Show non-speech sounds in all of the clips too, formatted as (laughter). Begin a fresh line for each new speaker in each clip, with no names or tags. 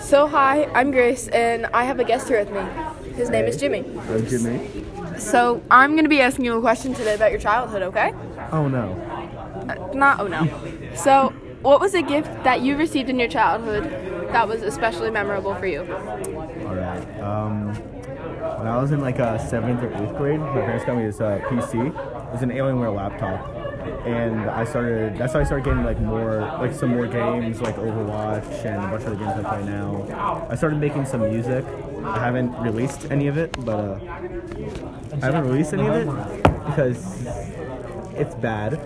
So, hi, I'm Grace, and I have a guest here with me. His name is Jimmy.
I'm Jimmy.
So, I'm going to be asking you a question today about your childhood, okay?
Oh no.
Uh, not, oh no. So, what was a gift that you received in your childhood that was especially memorable for you?
All right. Um, when I was in like uh, seventh or eighth grade, my parents got me this uh, PC. It was an Alienware laptop, and I started. That's how I started getting like more, like some more games, like Overwatch and a bunch of the games I play now. I started making some music. I haven't released any of it, but uh, I haven't released any of it because it's bad.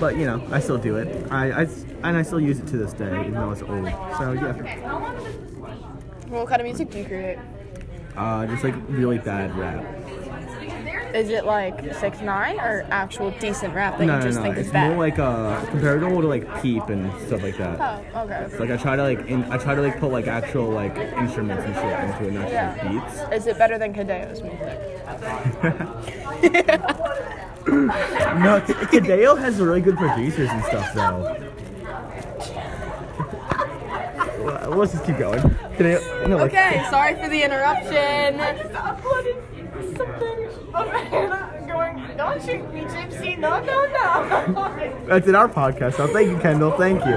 But you know, I still do it. I, I and I still use it to this day, even though it's old. So yeah.
What kind of music do you create?
Uh, just like really bad rap.
Is it like 6 9 or actual decent rap that
No,
you
no,
just
no.
think is
It's
bad?
more like uh comparable to like peep and stuff like that.
oh, okay.
It's like I try to like in, I try to like put like actual like instruments and shit into it, not just
Yeah.
like, beats.
Is it better than Kadeo's music?
No, K- Kadeo has really good producers and stuff though. Well, Let's just keep going. Kadeo, no, like,
Okay, sorry for the interruption.
uploaded something on my hand going, don't shoot me, Gypsy, no, no,
(laughs)
no.
that's in our podcast. So thank you, Kendall. Thank you.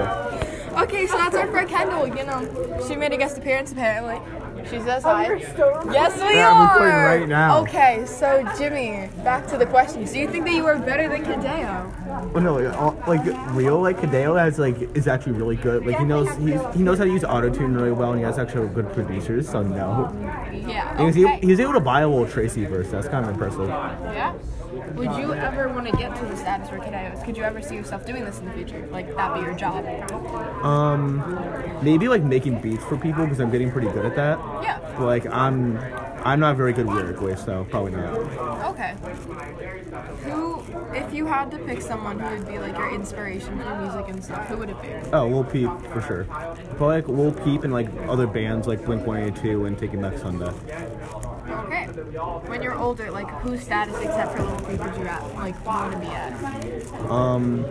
Okay, so that's our friend Kendall. You know, she made a guest appearance apparently. She says hi.
still
Yes, we
Yeah, I'm
are.
recording right now.
Okay, so Jimmy, back to the questions. Do you think that you are better than Kadeo?
Well, no, like, all, like real, like Kadeo has like is actually really good. Like he knows he's, he knows how to use auto tune really well, and he has actual good producers. So no,
Yeah.
he was, he, was able to buy a little Tracy verse. That's kind of impressive.
yeah. Would you ever want to get to the status where Kadeo is? Could you ever see yourself doing this in the future? Like that be your job?
Um, maybe like making beats for people because I'm getting pretty good at that.
Yeah.
But, like I'm I'm not very good lyrically, so probably not.
Okay. Who, if you had to pick someone who would be like your inspiration for music and stuff, who would it be?
Oh, Lil Peep for sure. Probably like Lil Peep and like other bands like Blink 182 and Taking Back Sunday.
Okay. When you're older, like whose status except for little people would you at like want to be at?
Um,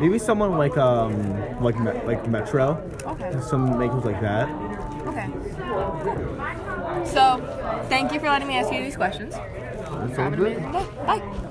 maybe someone like um like Me- like Metro.
Okay.
Some makers like that.
Okay. So, thank you for letting me ask you these questions. Have an amazing day. Bye.